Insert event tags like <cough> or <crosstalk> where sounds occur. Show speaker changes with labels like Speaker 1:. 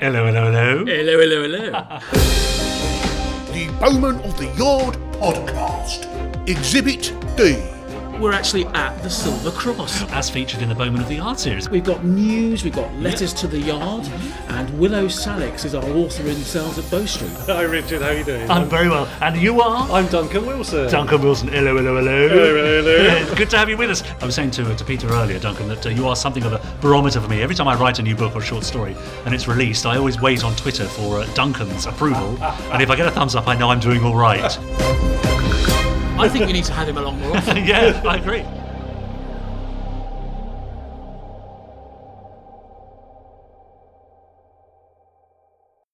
Speaker 1: Hello, hello, hello.
Speaker 2: Hello, hello, hello.
Speaker 3: The Bowman of the Yard podcast. Exhibit D.
Speaker 2: We're actually at the Silver Cross.
Speaker 1: As featured in the Bowman of the Art series.
Speaker 2: We've got news, we've got letters to the yard, and Willow Salix is our author in Sales at Bow Street.
Speaker 4: Hi Richard, how you doing?
Speaker 1: I'm very well. And you are?
Speaker 4: I'm Duncan Wilson.
Speaker 1: Duncan Wilson. Hello, hello, hello.
Speaker 4: Hello, hello, hello.
Speaker 1: It's <laughs> good to have you with us. I was saying to, to Peter earlier, Duncan, that uh, you are something of a barometer for me. Every time I write a new book or short story and it's released, I always wait on Twitter for uh, Duncan's <laughs> approval. and if I get a thumbs up, I know I'm doing all right. <laughs>
Speaker 2: I think you need to have him along more often.
Speaker 1: yeah, I agree.